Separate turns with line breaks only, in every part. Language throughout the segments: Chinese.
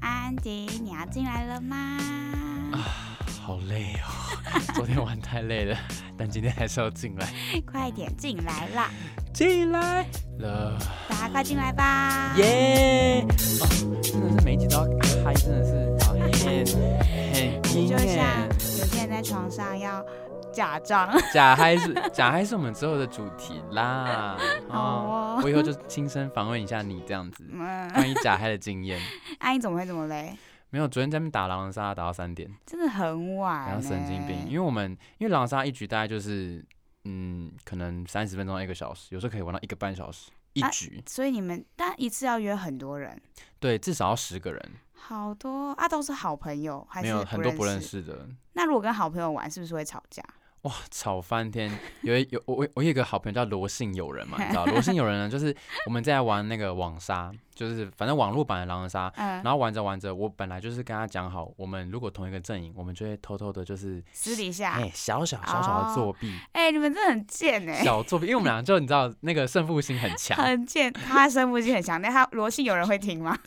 专辑《你要进来了吗》。
啊好累哦， 昨天玩太累 了，但今天还是要进来，
快点进来啦，
进来了，
大家快进来吧！
耶！哦，真的是每一集都要嗨，真的是哦讨厌，很
就
阴
像
耶。
有些人在床上要假装，
假嗨是 假嗨是我们之后的主题啦。
好哦
我以后就亲身访问一下你这样子，
嗯，
关于假嗨的经 验。
阿英怎么会这么累？
没有，昨天在那边打狼人杀打到三点，
真的很晚、欸，
然后神经病，因为我们因为狼人杀一局大概就是嗯，可能三十分钟到一个小时，有时候可以玩到一个半小时一
啊
局，
所以你们但一次要约很多人，
对，至少要十个人，
好多啊，都是好朋友还
没
是
有很多不认
识？
识的，
那如果跟好朋友玩，是不是会吵架？
哇，吵翻天！有一有我我有一个好朋友叫罗姓友人嘛，你 知道罗姓友人呢，就是我们在玩那个网杀，就是反正网络版的狼人杀。
嗯
然，后玩着玩着，我本来就是跟他讲好，我们如果同一个阵营，我们就会偷偷的，就是
私底下，
哎、
哎、
小小小小的
哦
作弊，
你们真的很贱哎、
小作弊，因为我们俩就你知道那个胜负心很强，
很贱，他的胜负心很强，但他罗信有人会听 吗？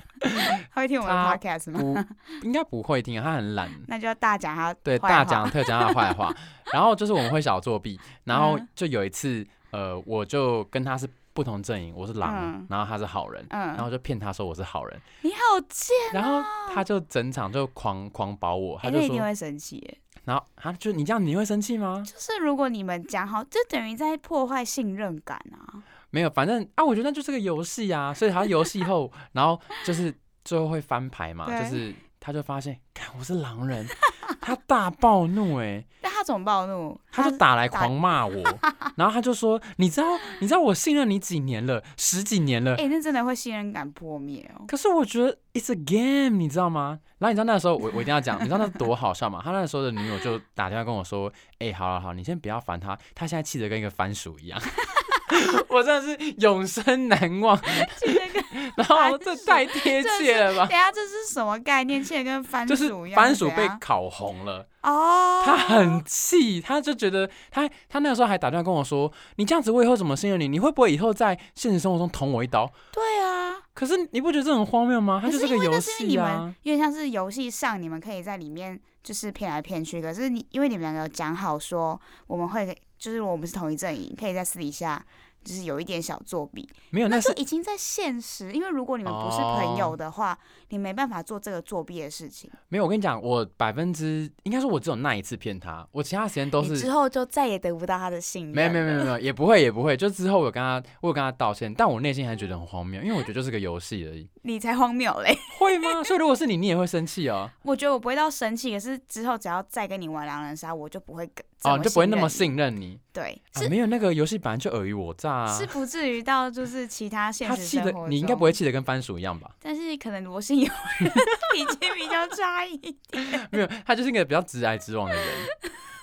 他会听我们
他
的 podcast 吗？
不应该不会听啊，他很懒，
那就要大讲他
对，
坏
大
话
讲特讲他的坏 话。然后就是我们会小作弊，然后
嗯
就有一次，呃，我就跟他是不同阵营，我是狼，
嗯
然后他是好人，然后
嗯，
就骗他说我是好人，
你好贱，
然后他就整场就狂狂保我，
哎、
他
那
就
一定
说，
会生气耶。
然后他就你这样你会生气吗？
就是如果你们讲好，就等于在破坏信任感啊。
没有，反正啊，我觉得那就是个游 戏啊，所以他游戏后，然后就是最后会翻牌嘛，
对
就是他就发现，看我是狼人，他大暴怒哎、
但他总暴怒，
他就打来狂骂 我，然后他就说：“你知道，你知道我信任你几年了，十几年了
哎、。那真的会信任感破灭哦。
可是我觉得 it's a game，你知道吗？然后你知道那时候我我一定要讲，你知道那多好笑吗？他那时候的女友就打电话跟我说：“哎、好了好，你先不要烦他，他现在气得跟一个番薯一样。” 我真的是永生难忘。
去那个，
然后这太贴切了吧
等？一下哎这是什么概念？现在跟番
就是
薯一样，啊
番薯
怎
被
样
烤红了。
哦，
他很气，他就觉得他他那个时候还打电话跟我说：“你这样子，我以后怎么信任你？你会不会以后在现实生活中捅我一刀
对啊，？”
可是你不觉得这很荒谬吗？它
可
就是是
因为
个游
那是因为
戏
你
啊
们。有点像是游戏上，你们可以在里面就是骗来骗去。可是你因为你们两个有讲好说我们会，就是我们是同一阵营，可以在私底下就是有一点小作弊，
没有，
那
那
就是已经在现实。因为如果你们不是朋
哦
友的话，你没办法做这个作弊的事情。
没有。我跟你讲，我百分之应该说，我只有那一次骗他，我其他时间都
你
是
之后就再也得不到他的信任。
没有没有没有没有，也不会也不会。就之后我有跟他，我有跟他道歉，但我内心还觉得很荒谬，因为我觉得就是个游戏而已，
你才荒谬嘞！
会吗？所以如果是你，你也会生气哦。
我觉得我不会到生气，可是之后只要再跟你玩狼人杀，我就不会跟
哦，你就不会那么
信任
信任你
你。对，
啊
是、？
没有，那个游戏本来就尔虞我诈啊
是。不至于到就是其他现
他
实
气
生
的
活，中
你应该不会，气得跟番薯一样吧？
但是可能罗信有 脾气比较差一点。
没有，他就是一个比较直来直往的人。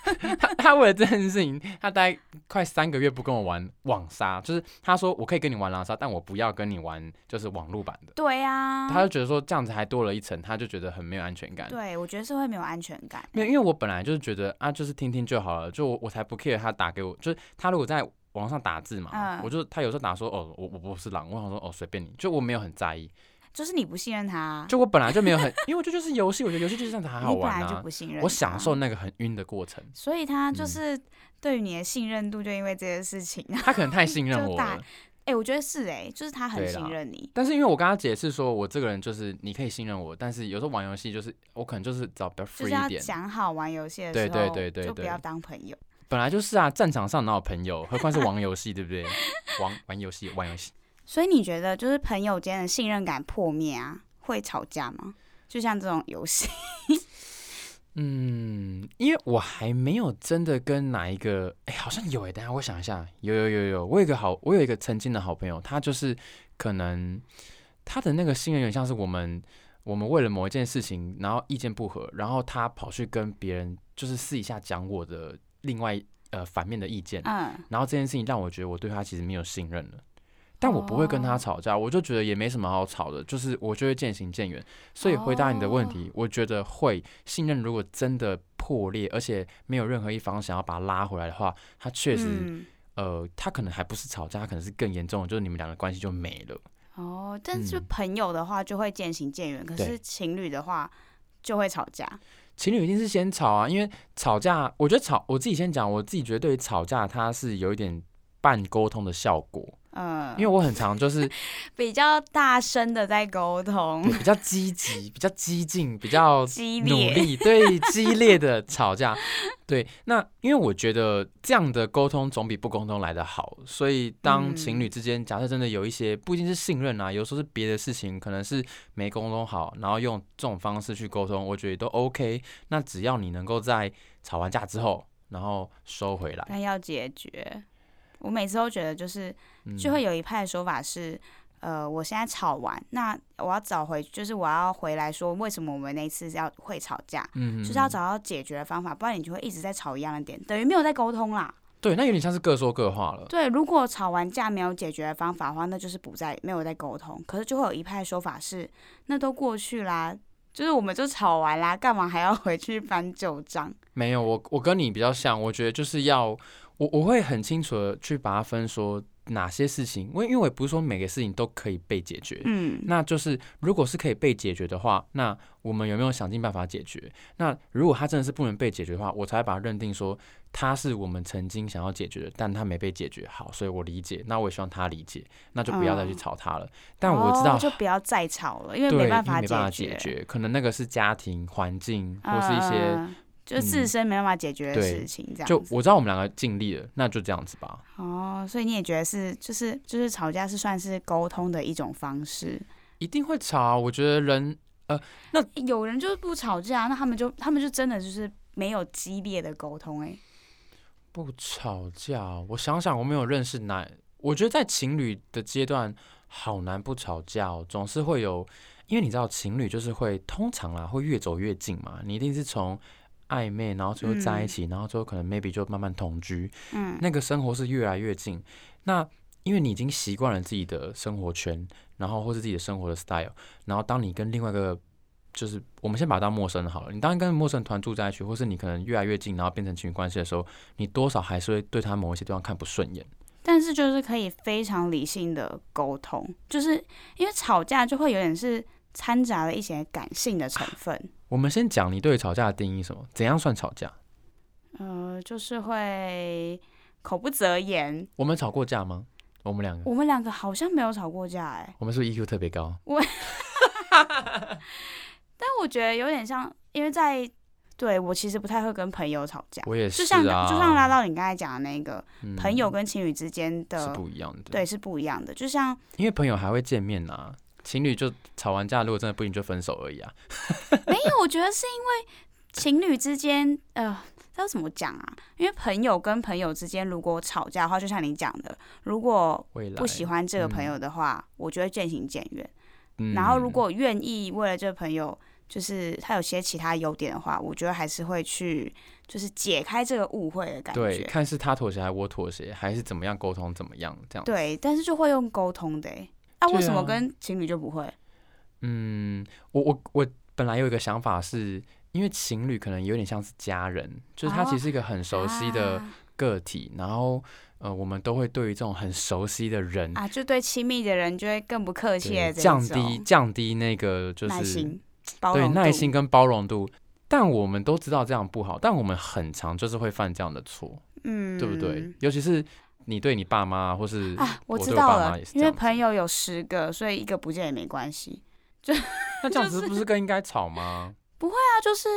他他为了这件事情，他大概快三个月不跟我玩网杀，就是他说我可以跟你玩狼杀，但我不要跟你玩就是网络版的。
对啊，
他就觉得说这样子还多了一层，他就觉得很没有安全感。
对我觉得是会没有安全感。
没有，因为我本来就是觉得啊，就是听听就好了，就我我才不 care 他打给我，就是他如果在网上打字嘛，
嗯
我就他有时候打说哦我我不是狼，我想说哦随便你，就我没有很在意，
就是你不信任他，
就我本来就没有很， 因为我觉得就是游戏，我觉得游戏就是这样子还好
你本
玩
来就
啊
不，信任，
我享受。那个很晕的过程。
所以他就
嗯
是对于你的信任度，就因为这件事情啊，
他可能太信任
就
我
大
了。
哎、我觉得是哎、就是他很
对啦
信任你，
但是因为我跟他解释说，我这个人就是你可以信任我，但是有时候玩游戏就是我可能就是找比较
就是要
free 一点。
讲好玩游戏的时
对
候，
对对对
就不
对
要当朋友。
本来就是啊，战场上哪有朋友，何况是玩游戏，对不对？ 玩玩游戏，玩游戏。
所以你觉得就是朋友间的信任感破灭啊，会吵架吗？就像这种游戏，
嗯，因为我还没有真的跟哪一个，哎、好像有哎、等一下我想一下，有有有有，我有一个好，我有一个曾经的好朋友，他就是可能他的那个信任有点像是我们我们为了某一件事情，然后意见不合，然后他跑去跟别人就是私底下讲我的另外呃反面的意见，
嗯，
然后这件事情让我觉得我对他其实没有信任了。但我不会跟他
哦
吵架，我就觉得也没什么好吵的，就是我就会渐行渐远。所以回答你的问
哦
题，我觉得会信任如果真的破裂，而且没有任何一方想要把它拉回来的话，他确实、
嗯
呃，他可能还不是吵架，他可能是更严重的，就是你们俩的关系就没了。
哦，但是
嗯
朋友的话就会渐行渐远，可
对
是情侣的话就会吵架。
情侣一定是先吵啊，因为吵架，我觉得吵，我自己先讲，我自己觉得对于吵架，它是有一点半沟通的效果，
嗯，
因为我很常就是
比较大声的在沟通
对，比较积极、比较激进、比较
激
努
烈。
力，对激烈的吵架， 对。那因为我觉得这样的沟通总比不沟通来的好，所以当情
嗯
侣之间，假设真的有一些不一定是信任啊，有时候是别的事情，可能是没沟通好，然后用这种方式去沟通，我觉得都 OK。那只要你能够在吵完架之后，然后收回来，
但要解决，我每次都觉得就是
嗯
就会有一派的说法是，呃，我现在吵完，那我要找回，就是我要回来说为什么我们那一次要会吵架，
嗯
就是要找到解决的方法，不然你就会一直在吵一样的点，等于没有在沟通啦。
对，那有点像是各说各话了。
对，如果吵完架没有解决的方法的话，那就是不在没有在沟通。可是就会有一派说法是，那都过去啦，就是我们就吵完啦，干嘛还要回去翻旧账？
没有，我我跟你比较像，我觉得就是要我我会很清楚的去把它分说哪些事情，因为因为我也不是说每个事情都可以被解决，
嗯，
那就是如果是可以被解决的话，那我们有没有想尽办法解决？那如果它真的是不能被解决的话，我才会把它认定说它是我们曾经想要解决的，但它没被解决，好，所以我理解，那我也希望他理解，那就不要再去
嗯
吵他了。但我知道
哦、就不要再吵了，因为
对，
没
因为
办法
没办法解
决，
决，可能那个是家庭环境或是一些。
嗯就是自身没办法解决的
对
事情，这样
就
子
我知道我们两个尽力了，那就这样子吧。
哦，所以你也觉得是，就是就是吵架是算是沟通的一种方式。
一定会吵啊，我觉得人
有人就是不吵架，那他们就他们就真的就是没有激烈的沟通、欸，
不吵架，我想想，我没有认识男，我觉得在情侣的阶段好难不吵架哦，总是会有，因为你知道情侣就是会通常啦，会越走越近嘛，你一定是从暧昧，然后最后在一
嗯
起，然后最后可能 maybe 就慢慢同居，
嗯，
那个生活是越来越近。那因为你已经习惯了自己的生活圈，然后或是自己的生活的 style，然后当你跟另外一个就是我们先把它当陌生人好了，你当跟陌生人团住在一起，或是你可能越来越近，然后变成情侣关系的时候，你多少还是会对他某一些地方看不顺眼。
但是就是可以非常理性的沟通，就是因为吵架就会有点是掺杂了一些感性的成分，
我们先讲你对于吵架的定义是什么？怎样算吵架？
呃，就是会口不择言。
我们吵过架吗？我们两个，
我们两个好像没有吵过架、欸，哎，
我们是不是 EQ 特别高？
但我觉得有点像，因为在对我其实不太会跟朋友吵架，
我也是
就
啊，
像就像拉到你刚才讲的那个、
嗯
朋友跟情侣之间
是
的
不一样的。
对是不一样的，就像
因为朋友还会见面呐、情侣就吵完架，如果真的不行就分手而已啊。
没有，我觉得是因为情侣之间，呃，这要怎么讲啊？因为朋友跟朋友之间如果吵架的话，就像你讲的，如果
未来
不喜、欢这个朋友的话，我就会渐行渐远。
嗯
然后如果愿意为了这个朋友，就是他有些其他优点的话，我觉得还是会去，就是解开这个误会的感
对，
觉。
看是他妥协还是我妥协，还是怎么样沟通怎么样这样。，
对，但是就会用沟通的、欸。那、
对啊
为什么跟情侣就不会？
嗯，我我我本来有一个想法是。因为情侣可能有点像是家人，就是他
哦
其实是一个很熟悉的
啊
个体，然后呃，我们都会对于这种很熟悉的人，
啊，就对亲密的人就会更不客气
嗯对
的这一
降
种
低降低那个就是
耐心、包
对
容
耐
度
心跟包容度。但我们都知道这样不好，但我们很常就是会犯这样的错。
嗯，
对不对？？尤其是你对你爸妈，或是
啊，我
我
知
对我
道
爸
了
妈也，是
因
这
为
样子
朋友有十个，所以一个不见也没关系。
那这样子不是更应该吵吗？
那就是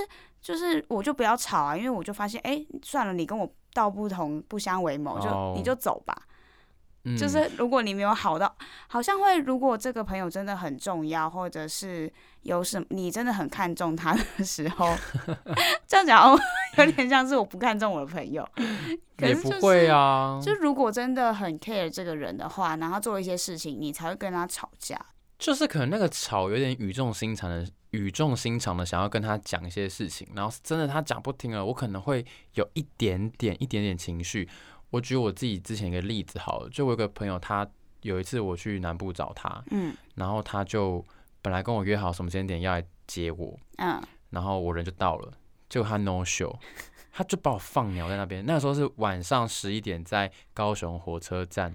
就是，我就不要吵啊，因为我就发现，哎、算了，你跟我道不同不相为谋，就、
哦
你就走吧。
嗯
就是如果你没有好到，好像会，如果这个朋友真的很重要，或者是有什么你真的很看重他的时候， 这样讲有点像是我不看重我的朋友，
嗯
可
也
是
不
就是
会啊，
就如果真的很 care 这个人的话，然后做一些事情，你才会跟他吵架。
就是可能那个吵有点语重心长的，语重心长的想要跟他讲一些事情，然后真的他讲不听了，我可能会有一点点一点点情绪。我举我自己之前一个例子好了，就我有个朋友，他有一次我去南部找他，
嗯
然后他就本来跟我约好什么时间点要来接我，
嗯，
然后我人就到了，结果他 no show，他就把我放鸟在那边。那时候是晚上十一点，在高雄火车站，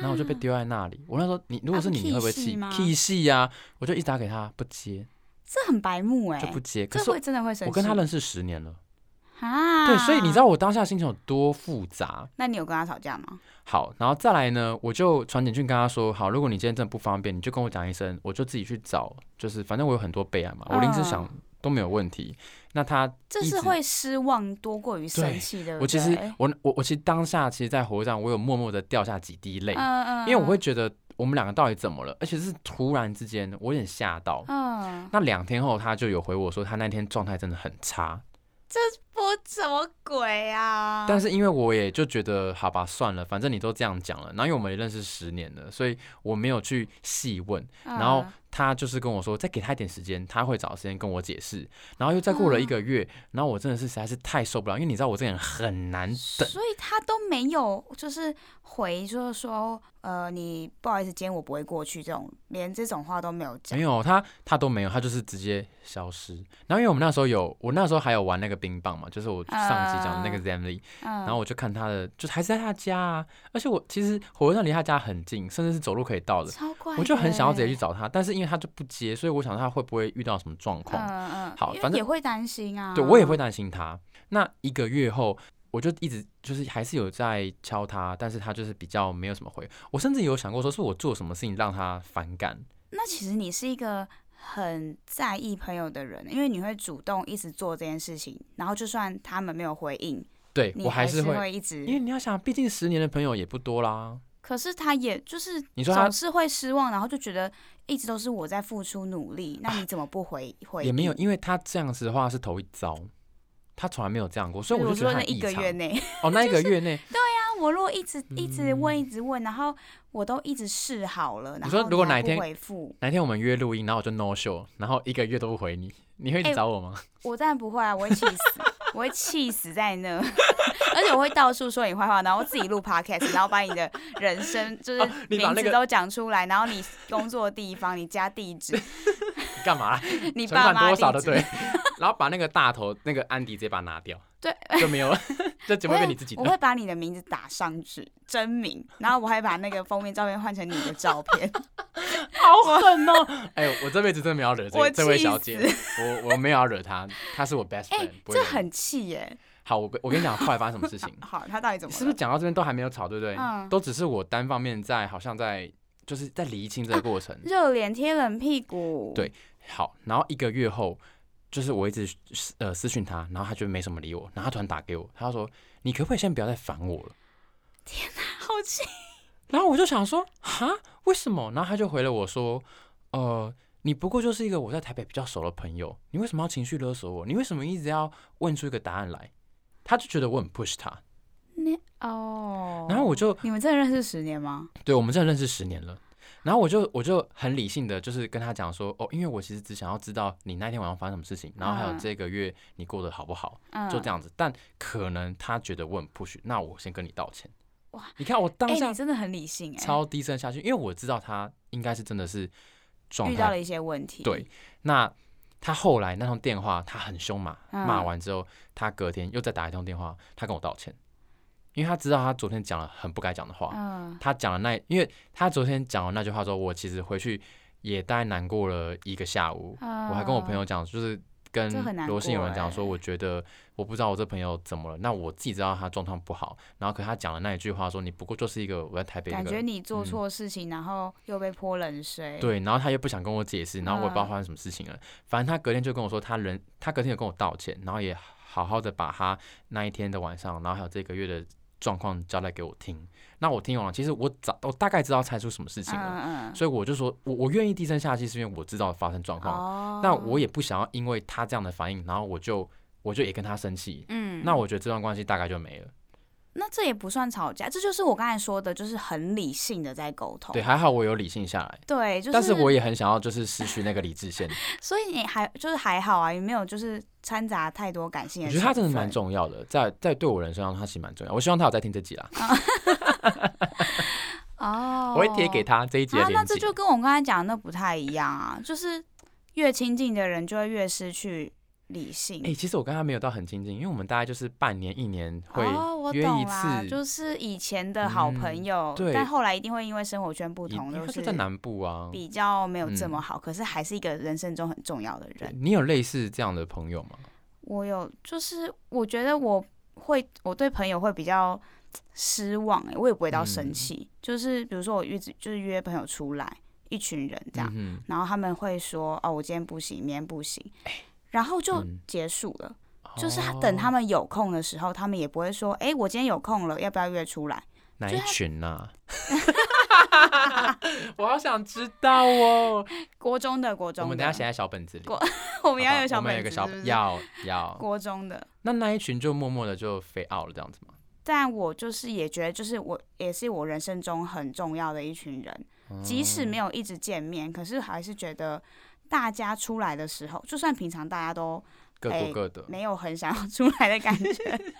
然后我就被丢在那里。我那时候你如果是
啊
你，
不
你会不会
气死
气
吗？
气戏呀！我就一直打给他，不接
这很白目哎、
就不接。可
这
是
会真的会生气。
我跟他认识十年了，
啊，
对，所以你知，道我当下心情有多复杂。
那你有跟他吵架吗？
好，然后再来呢，我就传简讯跟他说，好，如果你今天真的不方便，你就跟我讲一声，我就自己去找，就是反正我有很多备案嘛，我临时
嗯
想都没有问题。那他
这
一
是
直
会失望多过于生
对
气的。
我其实我我我其实当下其实，在火车上我有默默的掉下几滴泪，
嗯
哎因为我会，觉得我们两个到底怎么了，而且是突然之间，我有点吓到。
嗯，
那两天后，他就有回我说，他那天状态真的很差，
我什么鬼啊？
但
是
是因为我也就觉得，好吧，算了，反正你都这样讲了。然后因为我们也认识十年了，所以我没有去细问。
嗯
然后他就是跟我说，再给他一点时间，他会找时间跟我解释。然后又再过了一个月，然后我真的是实在是太受不了，因为你知道我这个人很难等。
所以他都没有就是回，就是说，呃，你不好意思，今天我不会过去，这种连这种话都没有讲
没。有他，他都没有，他就是直接消失。然后因为我们那时候有，我那时候还有玩那个冰棒嘛，就是我上集讲的那个
啊
Zemly，、
嗯，
然后我就看他的，就是还是在他家啊。而且我其实火车站离他家很近，甚至是走路可以到的。
超欸怪，
我就很想要直接去。找他，但是因为他就不接，所以我想他会不会遇到什么状况？
嗯嗯，
好
因为
反正
也会担心啊。
对我也会担心他。那一个月后，我就一直就是还是有在敲他，但是他就是比较没有什么回。我甚至有想过说，是我做什么事情让他反感？
那其实你是一个很在意朋友的人，因为你会主动一直做这件事情，然后就算他们没有回应，
对
你
我还
是
是会，
一
因为
直。
你要想，毕竟十年的朋友也不多啦。
可是他也就是
你说他
总是会失望，然后就觉得一直都是我在付出努力，那你怎么不回回应？
也没有，因为他这样子的话是头一遭，他从来没有这样过，所以我
我
就觉得
说
他
那
很
一
异
个
常
月 内，
哦，那一个月内，
那我如果一直一直问，
嗯
一直问，然后我都一直试好了，然
说
后
如果
还
哪一
不
天
回复，
哪天我们约录音，然后我就 no show，然后一个月都不回你，你会一直
哎
找我吗？
我当然不会啊，我会气死，我会气死在那， 而且我会到处说你坏话，然后自己录 podcast，然后把你的人生就是
哦你把
名
那
字
个
都讲出来，然后你工作地方、你家地 址、
你干嘛啦？
哎你
存
爸
款
妈
多少
地
的
址
对，， 然后把那个大头那个安迪直接把它拿掉，
对，
就没 有了，就只
我
会
会
变你自己
我
的。
会把你的名字打上去，真名， 然后我还把那个封面照片换成你的照片，
好狠哦！ 哎，我这辈子真的没有惹
我
这这位
气
小姐，我我没有要惹她，她是我 best
哎、
friend，不会
这
惹你。
很气耶、？
好，我我跟你讲，后来发生什么事情
好，他到底怎么了？
是不是讲到这边都还没有吵，对不对？
嗯
都只是我单方面在，好像在就是在厘清这个过程。
热脸贴冷屁股？
对好，然后一个月后，就是我一直呃私讯他，然后他就没什么理我，然后他突然打给我，他说：“你可不可以先不要再烦我了？”
好气，
然后我就想说，哈，为什么？然后他就回了我说，呃，你不过就是一个我在台北比较熟的朋友，你为什么要情绪勒索我？你为什么一直要问出一个答案来？他就觉得我很 push 他，
你哦。
然后我就
你们真的认识十年吗？
对我们真的认识十年了，然后我就我就很理性的，就是跟他讲说，哦，因为我其实只想要知道你那天晚上发生什么事情，然后还有
嗯
这个月你过得好不好，
嗯，
就这样子。但可能他觉得我很 push，那我先跟你道歉。
哇，
你看我当
哎、
下
你真的很理性哎、
超低声下去，因为我知道他应该是真的是状
遇到
态。
了一些问题。
对，那他后来那通电话，他很凶嘛，
嗯
骂完之后，他隔天又再打一通电话，他跟我道歉，因为他知道他昨天讲了很不该讲的话。
嗯，
他讲的那，因为他昨天讲完那句话之后，我其实回去也大概难过了一个下午。
我
我还跟我朋，友讲，就是跟
啊这很难
罗信有人讲
过欸
说，我觉得我不知道我这朋友怎么了，那我自己知道他状况不好，然后可他讲的那一句话说，你不过就是一个我在台北一
感
个嗯
觉你做错事情，然后又被泼冷水。，
对，然后他又不想跟我解
啊
释，然后我也不知道发生什么事情了。反正他隔天就跟我说，他人他隔天有跟我道歉，然后也好好的把他那一天的晚上，然后还有这个月的状况交代给我听。那我听完了，其实我早我大概知道猜出什么事情了，
嗯嗯。
所以我就说我我愿意低声下气，是因为我知道发生状况。
哦
那我也不想要因为他这样的反应，然后我就我就也跟他生气。
嗯，
那我觉得这段关系大概就没了。
那这也不算吵架，这就是我刚才说的，就是很理性的在沟通。
对，还好我有理性下来，
对，就是。
但是我也很想要就是失去那个理 智线。
所以你还就是还好啊，也没有就是掺杂太多感性
我
的
觉
成分。
得他真的蛮重要的，在在对我人生上，他其实蛮重要。我希望他有在听这集啦，
哦。
我会贴给他这一集
啊，
的
那
链
这
接。
就跟我刚才讲的那不太一样啊，就是越亲近的人就会越失去理性。
哎、其实我跟他没有到很亲近，因为我们大概就是半年、一年会
哦，我
约一
懂
次，
啦，就是以前的好
嗯
朋友，
对
但后来一定会因为生活圈不
一
同，
因为他
是
就在南部啊。
比较没有这
嗯
么好，可是还是一个人生中很重要的人。
你有类似这样的朋友吗？
我有，就是我觉得我会，我对朋友会比较失望、欸，我也不会到生
嗯
气。就是比如说我一直就是约朋友出来，一群人这样，
嗯
然后他们会说哦，我今天不行，明天不行，然后就
哎嗯哦
结束了。
哼，
就是他等他
们
们有空的时候，他们也不会说，哎、我今天有空了，要不要约出来？
哪
就
一
他
群呐、 我好想知道哦。
国中的国中的，
我们等一下写在小本子里。
国 我
我
们要有小
我们
本
有个
子，
小
是不是
要要。
国中的。
那那一群就默默的就飞 out 了，这样子吗？
但我就是也觉得，就是我也是我人生中很重要的一群人，即使
嗯
没有一直见面，可是还是觉得大家出来的时候，就算平常大家都
各过
哎
各的。
没有很想要 出来的感觉，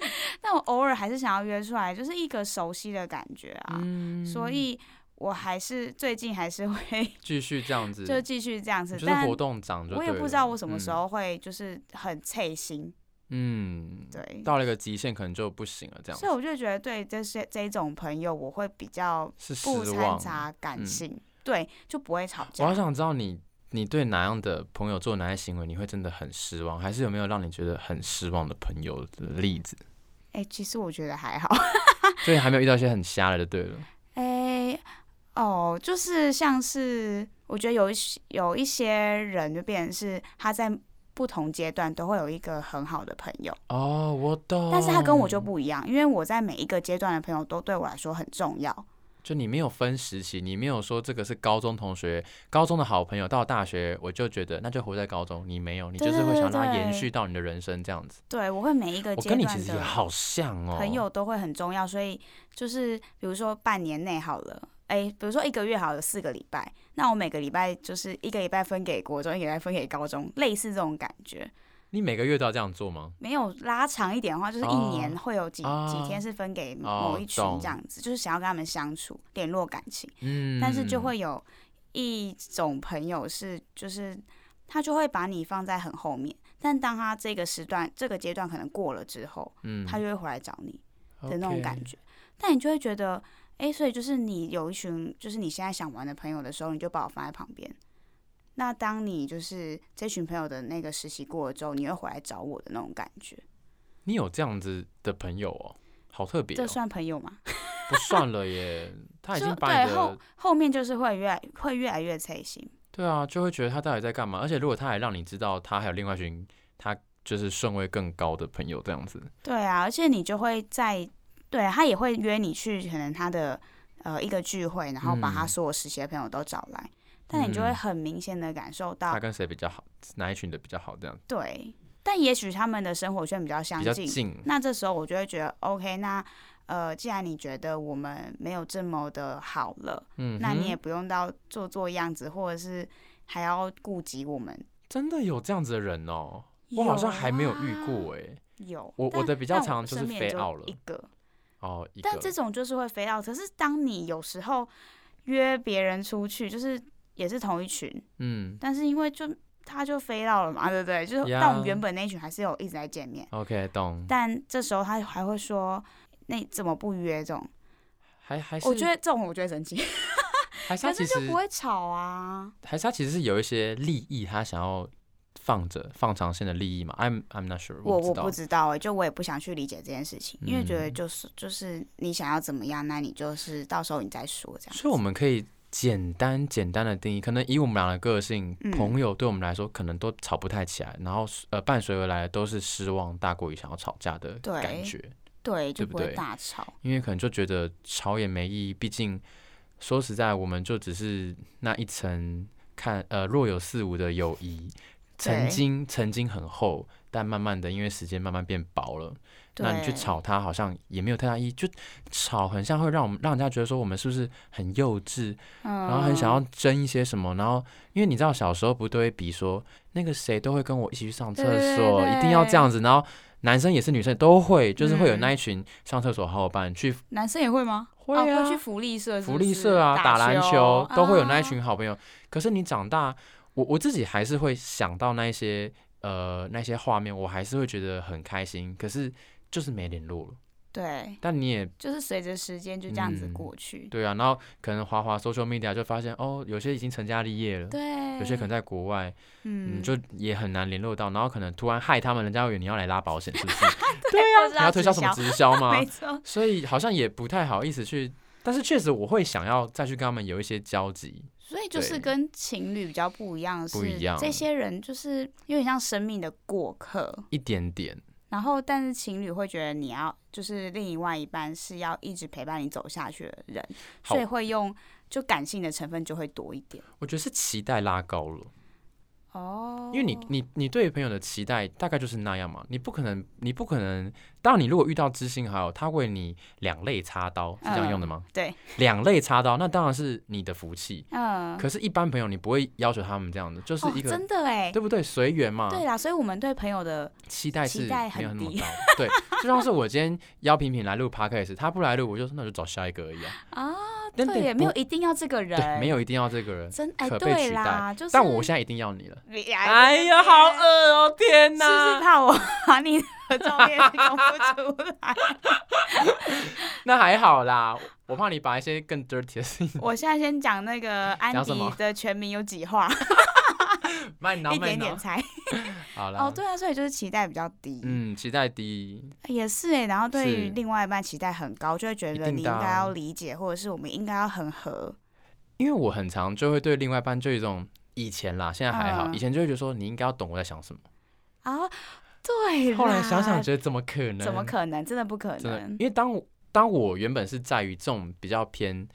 但我偶尔还是想要约出来，就是一个熟悉的感觉啊。
嗯
所以我还是最近还是会
继续这样子，
就继续这样子，
就是
但
活动长就
我也
对
不知
了
道我什么时
嗯
候会就是很脆心，
嗯，
对。
到了一个极限可能就不行了，这样
所以
子
我就觉得对这些这种朋友，我会比较
是
不
失
掺
望。
杂感
嗯
性，对，就不会吵
我
架
好。想知道你你对哪样的朋友做哪些行为你会真的很失望，还是有没有让你觉得很失望的朋友的例子？
哎、其实我觉得还好。
所以还没有遇到一些很瞎的就对了。
哎、哦，就是像是我觉得有一些有一些人就变成是他在不同阶段都会有一个很好的朋友，
哦，我懂。
但是他跟我就
哦
不一样，因为我在每一个阶段的朋友都对我来说很重要。
就你没有分时期，你没有说这个是高中同学、高中的好朋友，到大学我就觉得那就活在高中。你没有，你就
对
是会想让它
对对
延续到你的人生这样子。
对我会每一个
我
阶
跟你
段
其实也
的
好像哦，
朋友都会很重要，所以就是比如说半年内好了，哎、比如说一个月好了，四个礼拜，那我每个礼拜就是一个礼拜分给国中，一个礼拜分给高中，类似这种感觉。
你每个月都要这样做吗？
没有拉长一点的话，就是一
哦
年会有几、
哦
几天是分给
哦
某一群
懂
这样子，就是想要跟他们相处、联络感情，
嗯，
但是就会有一种朋友是，就是他就会把你放在很后面，但当他这个时段、这个阶段可能过了之后，
嗯
他就会回来找你。的那
OK
种感觉。但你就会觉得，哎、所以就是你有一群就是你现在想玩的朋友的时候，你就把我放在旁边。那当你就是这群朋友的那个实习过了之后，你会回来找我的那种感觉，
你有这样子的朋友哦，好特别、
这
哦，
算朋友吗？
不算了耶。他已
就
经把你
对后
的
后面就是会越来会越来越脆心，
对啊，就会觉得他到底在干嘛？而且如果他还让你知道他还有另外一群他就是顺位更高的朋友这样子，
对啊，而且你就会在对啊他也会约你去可能他的呃一个聚会，然后把他
嗯
所有实习的朋友都找来，但你就会
嗯
很明显的感受到
他，跟谁比较好，哪一群的比较好这样，
对，但也许他们的生活圈比较相
比较
近，
近。
那这时候我就会觉得，OK，那呃，既然你觉得我们没有这么的好了，
嗯哼，
那你也不用到做做样子，或者是还要顾及我们。
真的有这样子的人哦，我好像还没有遇
啊，
过哎、
有
我
但
我的比较
但我
常就是
身边也
飞
就
out 了
一个，
哦，一个
但这种就是会飞 out。可是当你有时候约别人出去，就是也是同一群，
嗯
但是因为就他就飞 out 了嘛，对不对？就是
呀
但我们原本那一群还是有一直在见面，
，OK，懂。
但这时候他还会说。那你怎么不约这种？
还还欸是
我觉得这种我就会生气。
还是他
可
其
是
实
就不会吵啊。
还是他其实是有一些利益，他想要放着放长线的利益嘛？I'm I'm not sure，
我
不
我
知道。
不知道哎、就我也不想去理解这件事情，因为觉得
嗯
就是就是你想要怎么样，那你就是到时候你再说这样子。
所以我们可以简单简单的定义，可能以我们俩的个性，
嗯
朋友对我们来说可能都吵不太起来，然后呃伴随而来的都是失望大过于想要吵架的
对
感觉，
对
对
就
不
不会
对
大吵。
因为可能就觉得吵也没意义，毕竟说实在，我们就只是那一层看呃若有似无的友谊，曾
对
经曾经很厚，但慢慢的因为时间慢慢变薄了。那你去
对
吵他，好像也没有太大意义。就吵，很像会让我们让人家觉得说我们是不是很幼稚，
嗯
然后很想要争一些什么。然后，因为你知道小时候不都会比说那个谁都会跟我一起去上厕所，
对对
一定要这
对
样子。然后男生也是女生都会，就是会有
嗯
那一群上厕所好伙伴去
男生也会吗？
会
哦
啊
去福利社是不
福
是、
利社啊、打篮球都会有那一
啊
群好朋友。可是你长大，我我自己还是会想到那一些呃那些画面，我还是会觉得很开心，可是就是没联络了。
对，
但你也
就是随着时间就这样子
嗯
过去。
对啊，然后可能滑滑 social media 就发现哦，有些已经成家立业了，
对，
有些可能在国外，嗯，
嗯，
就也很难联络到，然后可能突然害他们，人家以为你要来拉保险，是 不是？
对啊，
你要推销什么直销吗？
没错，
所以好像也不太好意思去，但是确实我会想要再去跟他们有一些交集。
所以就是
对
跟情侣比较不一样的是，
不一样
这些人就是有点像生命的过客，
一点点，
然后但是情侣会觉得你要就是另外一半是要一直陪伴你走下去的人，
好
所以会用就感性的成分就会多一点。
我觉得是期待拉高了，
哦
因为你你你对朋友的期待大概就是那样嘛，你不可能你不可能，当然你如果遇到知心好友，他为你两肋插刀是这样用的吗？
对，
两肋插刀，那当然是你的福气。
嗯，
可是，一般朋友你不会要求他们这样的，就是
哦
一，个、
真的哎，
对不啊对？随缘嘛，
对啦，所以我们对朋友的
期待
期
是
待
没有那
很
么
低
高。对，就像是我今天邀平平来录 podcast，他不来录，我就说那我就找下一个而已啊。
啊，
但
对耶，
也
没有一定要这个人，
对，没有一定要这个人，
真哎，
可被
对
取
啦，就是，
但我现在一定要你了。
你哎
哎呀，好饿哦！天
是不是
哪，
怕我 把你的照片 公布出来？
那还好啦，我怕你把一些更 dirty 的事 情
我现在先讲那个安
讲什
迪
么
的全名有几 画，
慢拿
一
慢
点点
拿。
猜。
好啦，
哦，对啊，所以就是期待比较低，
嗯，期待低，
也是哎。然后对于
是
另外一半期待很高，就会觉
一
得
定
你应
的啊
该要理解，或者是我们应该要很合。
因为我很常就会对另外一半就有一种以前啦，现在还好，
嗯
以前就会觉得说你应该要懂我在想什么，
啊，对啦。
后来想想觉得怎么可能？
怎么可能？真的不可
真的，
能。
因为当我当我原本是在于这种比较偏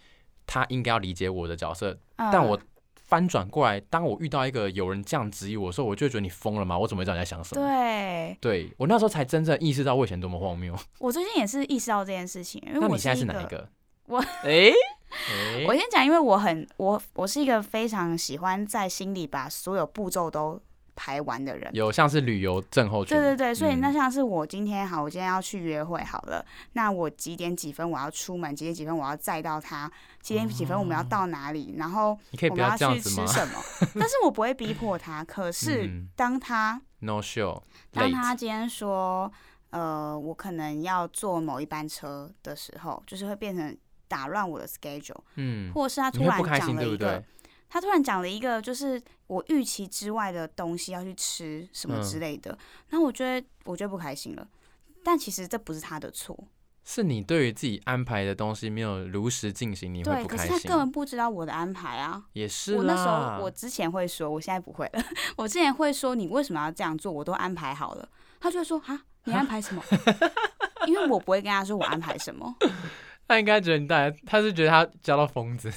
他应该要理解我的角色，但
嗯
我翻转过来，当我遇到一个有人这样质疑我的时候，我就会觉得你疯了吗？我怎么会知道你在想什么？
对
对我那时候才真正意识到我以前多么荒谬。
我最近也是意识到这件事情，因为
那
我
你现在
一
是哪
个
一个？
我
哎 哎
我先讲，因为我很我我是一个非常喜欢在心里把所有步骤都排完的人。
有像是旅游症候群，
对对对，所以
嗯
那像是我今天好，我今天要去约会好了，那我几点几分我要出门，几点几分我要载到他，几点几分我们要到哪里，然后
你哦可以
我
不
们
要这样
去
子
吃
吗
什么。但是我不会逼迫他，可是
嗯
当他
？No show
当他
late，
今天说，呃，我可能要坐某一班车的时候，就是会变成打乱我的 schedule，
嗯，
或者是他突
你会
然
不开
讲
心
了
对
一
不
个
对？
他突然讲了一个，就是我预期之外的东西要去吃什么
嗯
之类的，那、我觉得我觉得不开心了。但其实这不是他的错，
是你对于自己安排的东西没有如实进行，你会
对，
不
可
开
是他
心
根。本不知道我的安排啊。
也是
我那时
啦，
候我之前会说，我现在不会了。 我之前会说你为什么要这样做，我都安排好了。他就会说哈，你安排什么？ 因为我不会跟他说我安排什么，
他应该觉得你带来，他是觉得他交到疯子。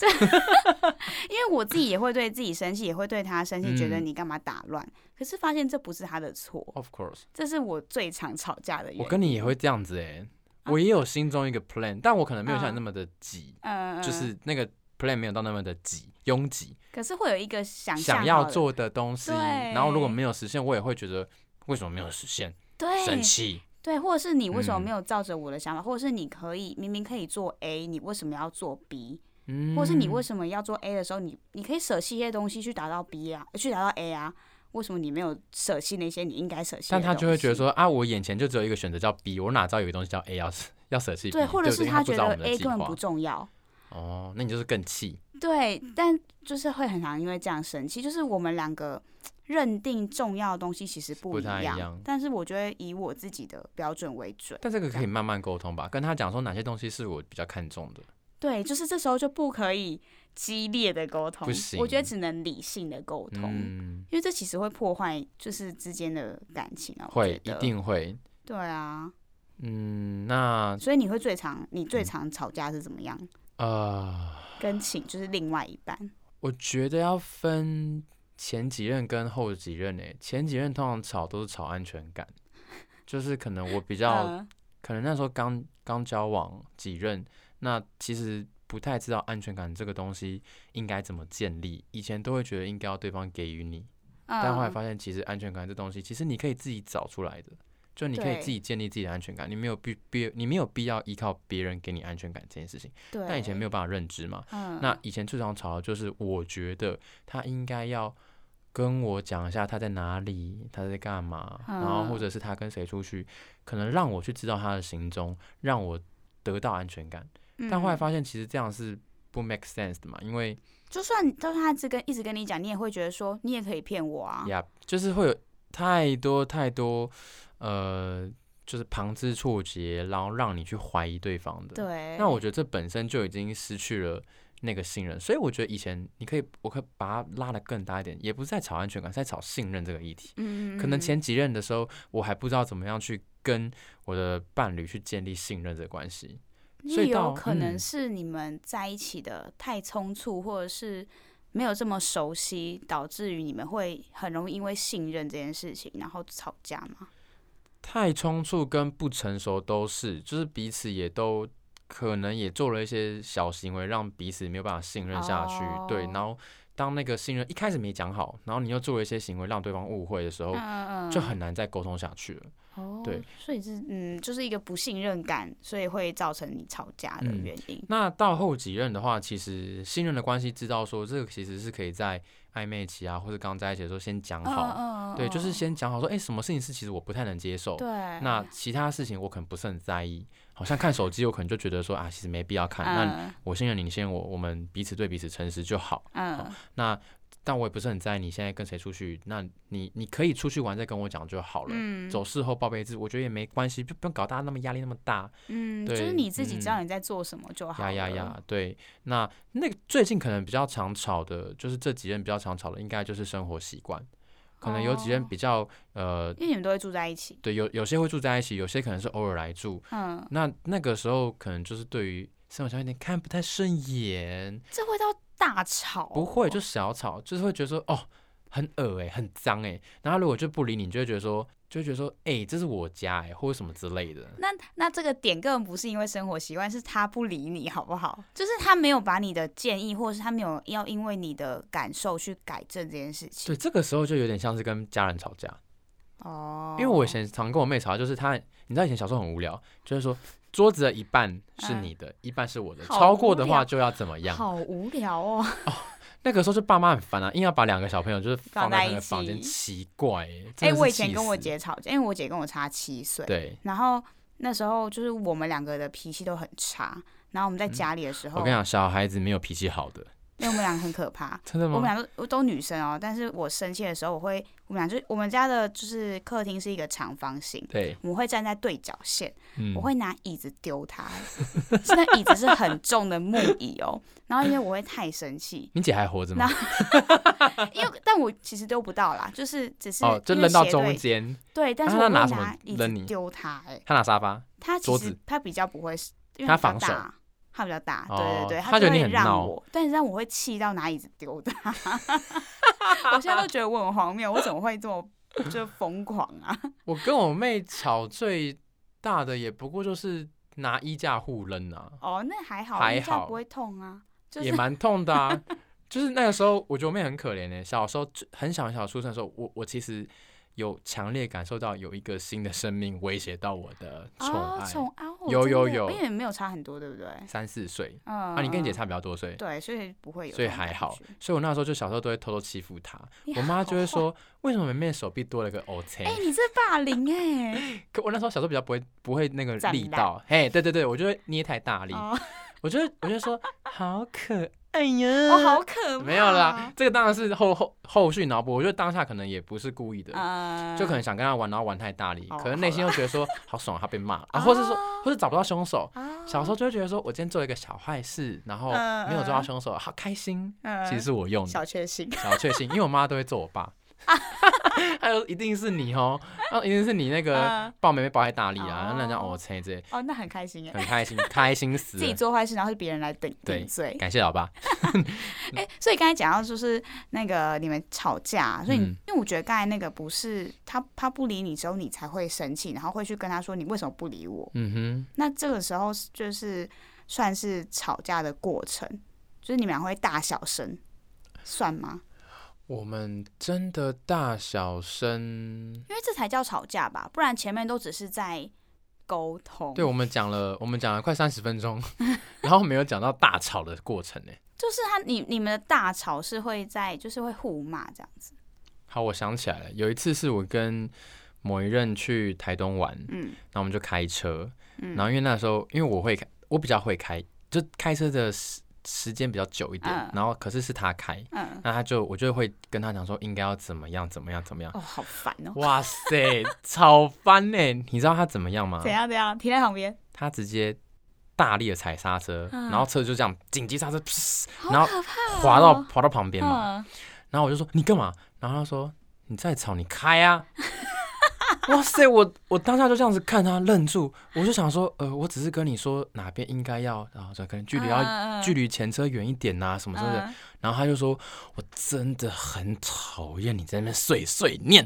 因为我自己也会对自己生气，也会对他生气，觉得
嗯
你干嘛打乱。可是发现这不是他的错，
Of course，
这是我最常吵架的原因。
我跟你也会这样子哎、
啊
我也有心中一个 plan，但我可能没有像你那么的急，
嗯，
就是那个 plan 没有到那么的挤拥挤，
可是会有一个想象
想要做的东西，
对
然后如果没有实现，我也会觉得为什么没有实现，生
对
气。
对，或者是你为什么
嗯
没有照着我的想法，或者是你可以明明可以做 A，你为什么要做 B，、
嗯，
或者是你为什么要做 A 的时候，你你可以舍弃一些东西去达到 B 啊，去达到 A 啊，为什么你没有舍弃那些你应该舍弃？
但他就会觉得。说啊，我眼前就只有一个选择叫 B，我哪知道有个东西叫 A 要舍要舍弃 B，
对，或者
不
是
他不
觉
知道
得
我们的
A
计
根本不
划。
重要，
哦，那你就是更气。
对，但就是会很常因为这样生气。就是我们两个认定重要的东西其实不
不
一
太一
样，
样
但是我觉得以我自己的标准为准。
但这个可以慢慢沟通吧，跟他讲说哪些东西是我比较看重的。
对，就是这时候就不可以激烈的沟通
不，行
我觉得只能理性的沟通，
嗯，
因为这其实会破坏就是之间的感情啊。我
会
觉
一
得。
定会。
对啊，
嗯，那
所以你会最常你最
嗯
常吵架是怎么样？
呃，
跟请就是另外一半
我觉得要分前几任跟后几任诶、前几任通常吵都是吵安全感，就是可能我比较、
呃
可能那时候刚刚交往几任，那其实不太知道安全感这个东西应该怎么建立，以前都会觉得应该要对方给予你，但后来
嗯
发现其实安全感这东西其实你可以自己找出来的。就你可以
对
自己建立自己的安全感，你没有必必你没有必要依靠别人给你安全感这件事情，
嗯对，
但以前没
有，
有办法认知嘛，
嗯，
那以前最常吵的就是，我觉得他应该要跟我讲一下他在哪里，他在干嘛，
嗯
然后或者是他跟谁出去，可能让我去知道他的行踪，让我得到安全感。
嗯
但后来发现其实这样是不 make sense 的嘛，因为
就算就算他只跟一直跟你讲，你也会觉得说你也可以骗我啊。
呀就是会有太多太多呃，就是旁枝错节，然后让你去怀疑对方的。
对，
那我觉得这本身就已经失去了那个信任，所以我觉得以前你可以，我可以把它拉得更大一点，也不是在吵安全感，是在吵信任这个议题。
嗯，嗯
可能
嗯
前几任的时候，我还不知道怎么样去跟我的伴侣去建立信任这个关系。所
也
以
有
到
可能
嗯
是你们在一起的太匆促，或者是没有这么熟悉，导致于你们会很容易因为信任这件事情然后吵架嘛。
太冲促跟不成熟都是，就是彼此也都可能也做了一些小行为，让彼此没有办法信任下去。对，
哦
然后当那个信任一开始没讲好，然后你又做了一些行为让对方误会的时候，
嗯嗯，
就哦很难再沟通下去了。
哦，
对，
所以是嗯，就是一个不信任感，所以会造成你吵架的
嗯
原因。
那到后几任的话，其实信任的关系知道说，这个其实是可以在暧昧期啊，或者刚在一起的时候先讲好。
嗯
对，就是先讲好说，哎、什么事情是其实我不太能接受，
对，
那其他事情我可能不是很在意。好像看手机，我可能就觉得说啊，其实没必要看。那
嗯
我信任你，你信任我，我们彼此对彼此诚实就好。
嗯
那但我也不是很在意你现在跟谁出去，那你你可以出去玩再跟我讲就好了。
嗯
走事后报备制，我觉得也没关系，就不用搞大家那么压力那么大。
嗯，就是
对
你自己知道
嗯
你在做什么就好
呀
了。
呀呀！对，那那个最近可能比较常吵的，就是这几任比较常吵的，应该就是生活习惯。可能有几任
哦
比较、呃，
因为你们都会住在一起。
对，有有些会住在一起，有些可能是偶尔来住。
嗯，
那那个时候可能就是对于生活上有点看不太顺眼，
这会到大吵哦、
不会就小吵，就是会觉得说哦，很恶哎、很脏哎、然后如果就不理你，你就会觉得说，就会觉得说，哎、这是我家哎、或者什么之类的。
那那这个点根本不是因为生活习惯，是他不理你，好不好？就是他没有把你的建议，或者是他没有要因为你的感受去改正这件事情。
对，这个时候就有点像是跟家人吵架。
哦，
因为我以前常跟我妹吵架，就是她，你知道以前小时候很无聊，就是说桌子的一半是你的，一半是我的，
嗯好
超过的
无
话
聊
就要怎么样？
好无聊哦。
那个时候就爸妈很烦啊，硬要把两个小朋友就是
放
放在
在
那
一
个房间，
起
奇怪、欸。
哎、
真的
我
是
以前
气
跟我
死，
姐吵架，因为我姐跟我差七岁，
对，
然后那时候就是我们两个的脾气都很差，然后我们在家里的时
嗯我
候，
跟你讲，小孩子没有脾气好的，
因为我们俩很可 怕。
真的
我们
吗？
俩都都女生哦，但是我生气的时候，我会我们俩就我们家的就是客厅是一个长方形，
对，
我们会站在对角线，
嗯，
我会拿椅子丢他， 是那椅子是很重的木椅哦。然后因为我会太生气，
你姐还活着吗？
因为但我其实丢不到啦，就是只是
哦，就
因为
扔到
斜
中
对
间，
对，但
那
是
他
我会
拿什么
椅子
扔你
丢他、欸，哎，
她拿沙发，
他其
桌
实
子
他比较不会，因为比较
他防守
大，他比较大，对
哦
对对，
他
就
觉得你
会
很
让
闹
我，但是让我会气到拿椅子丢他。 我现在都觉得我很荒谬，我怎么会这么就疯狂啊？
我跟我妹吵最大的也不过就是拿衣架互扔啊，
哦，那还好，
还
人家
好
不会痛啊，就
也
是
蛮痛的啊。就是那个时候，我觉得我妹很可怜呢、小时候就很小很小出生的时候，我我其实有强烈感受到有一个新的生命威胁到我的宠
哦，
爱。
宠爱我
有
真
有
的
有
因为没有差很多，对不对？
三四岁
嗯，
啊，你跟你
嗯
姐差比较多岁，
对，所以不会有，
所以还好。所以我那时候就小时候都会偷偷欺负 她。我妈就会
好坏，
说，为什么妹妹手臂多了个 O C？、
哎、你这霸凌哎、
可我那时候小时候比较不会不会那个
战
力
烂
道，嘿，对对对，我就会捏太大力，
哦，
我就会我就说好可
哎呀，哦，好可怕，
没有啦，，这个当然是后后后续脑补，我觉得当下可能也不是故意的，
呃，
就可能想跟他玩，然后玩太大力，
哦
可能内心又觉得说 好爽，他被骂了，啊，或是说或是找不到凶手。
啊，
小时候就会觉得说，我今天做了一个小坏事，然后
嗯
没有抓到
嗯
凶手，好开心。
嗯
其实是我用的，
小确 幸，
小确幸，因为我妈都会揍我 爸， 她就说一定是你哦，那一定是你那个
嗯
抱妹妹抱太大力啊，然后人家
哦
哦切这些，
哦，那很开心哎。
很 开心，开心死
自己
了。
做坏事，然后是别人来顶
对
顶罪。
感谢老爸，
哎、所以刚才讲到就是那个你们吵架，所以、
嗯
因为我觉得刚才那个不是他他不理你之后，你才会生气，然后会去跟他说你为什么不理我。
嗯
那这个时候是就是算是吵架的过程，就是你们俩会大小声，算吗？
哼，我们真的大小声，
因为这才叫吵架吧，不然前面都只是在沟通。
对我们讲了，我们讲了快三十分钟， 然后没有讲到大吵的过程呢。
就是他你你们的大吵是会在就是会互骂这样子，
好，我想起来了，有一次是我跟某一任去台东玩，
嗯
然后我们就开车，
嗯
然后因为那时候因为我会开，我比较会开，就开车的时时间比较久一点，
嗯
然后可是是他开，
嗯，
那他就我就会跟他讲说应该要怎么样怎么样怎么样，
哦，好烦哦。
哇塞， 超翻呢！你知道他怎么样吗
怎？样怎样？停在旁边，
他直接大力的踩刹车，
嗯
然后车就这样紧急刹车，噗
好
然后
可怕哦
滑到滑到旁边嘛。
嗯，
然后我就说你干嘛？然后他说你再吵你开啊！ 哇塞，我我当下就这样子看他愣住，我就想说，呃，我只是跟你说哪边应该要，然后就可能距离要、
要
距
离
离前车远一点呐、什么之类的。
嗯
然后他就说，我真的很讨厌你在那边碎碎念。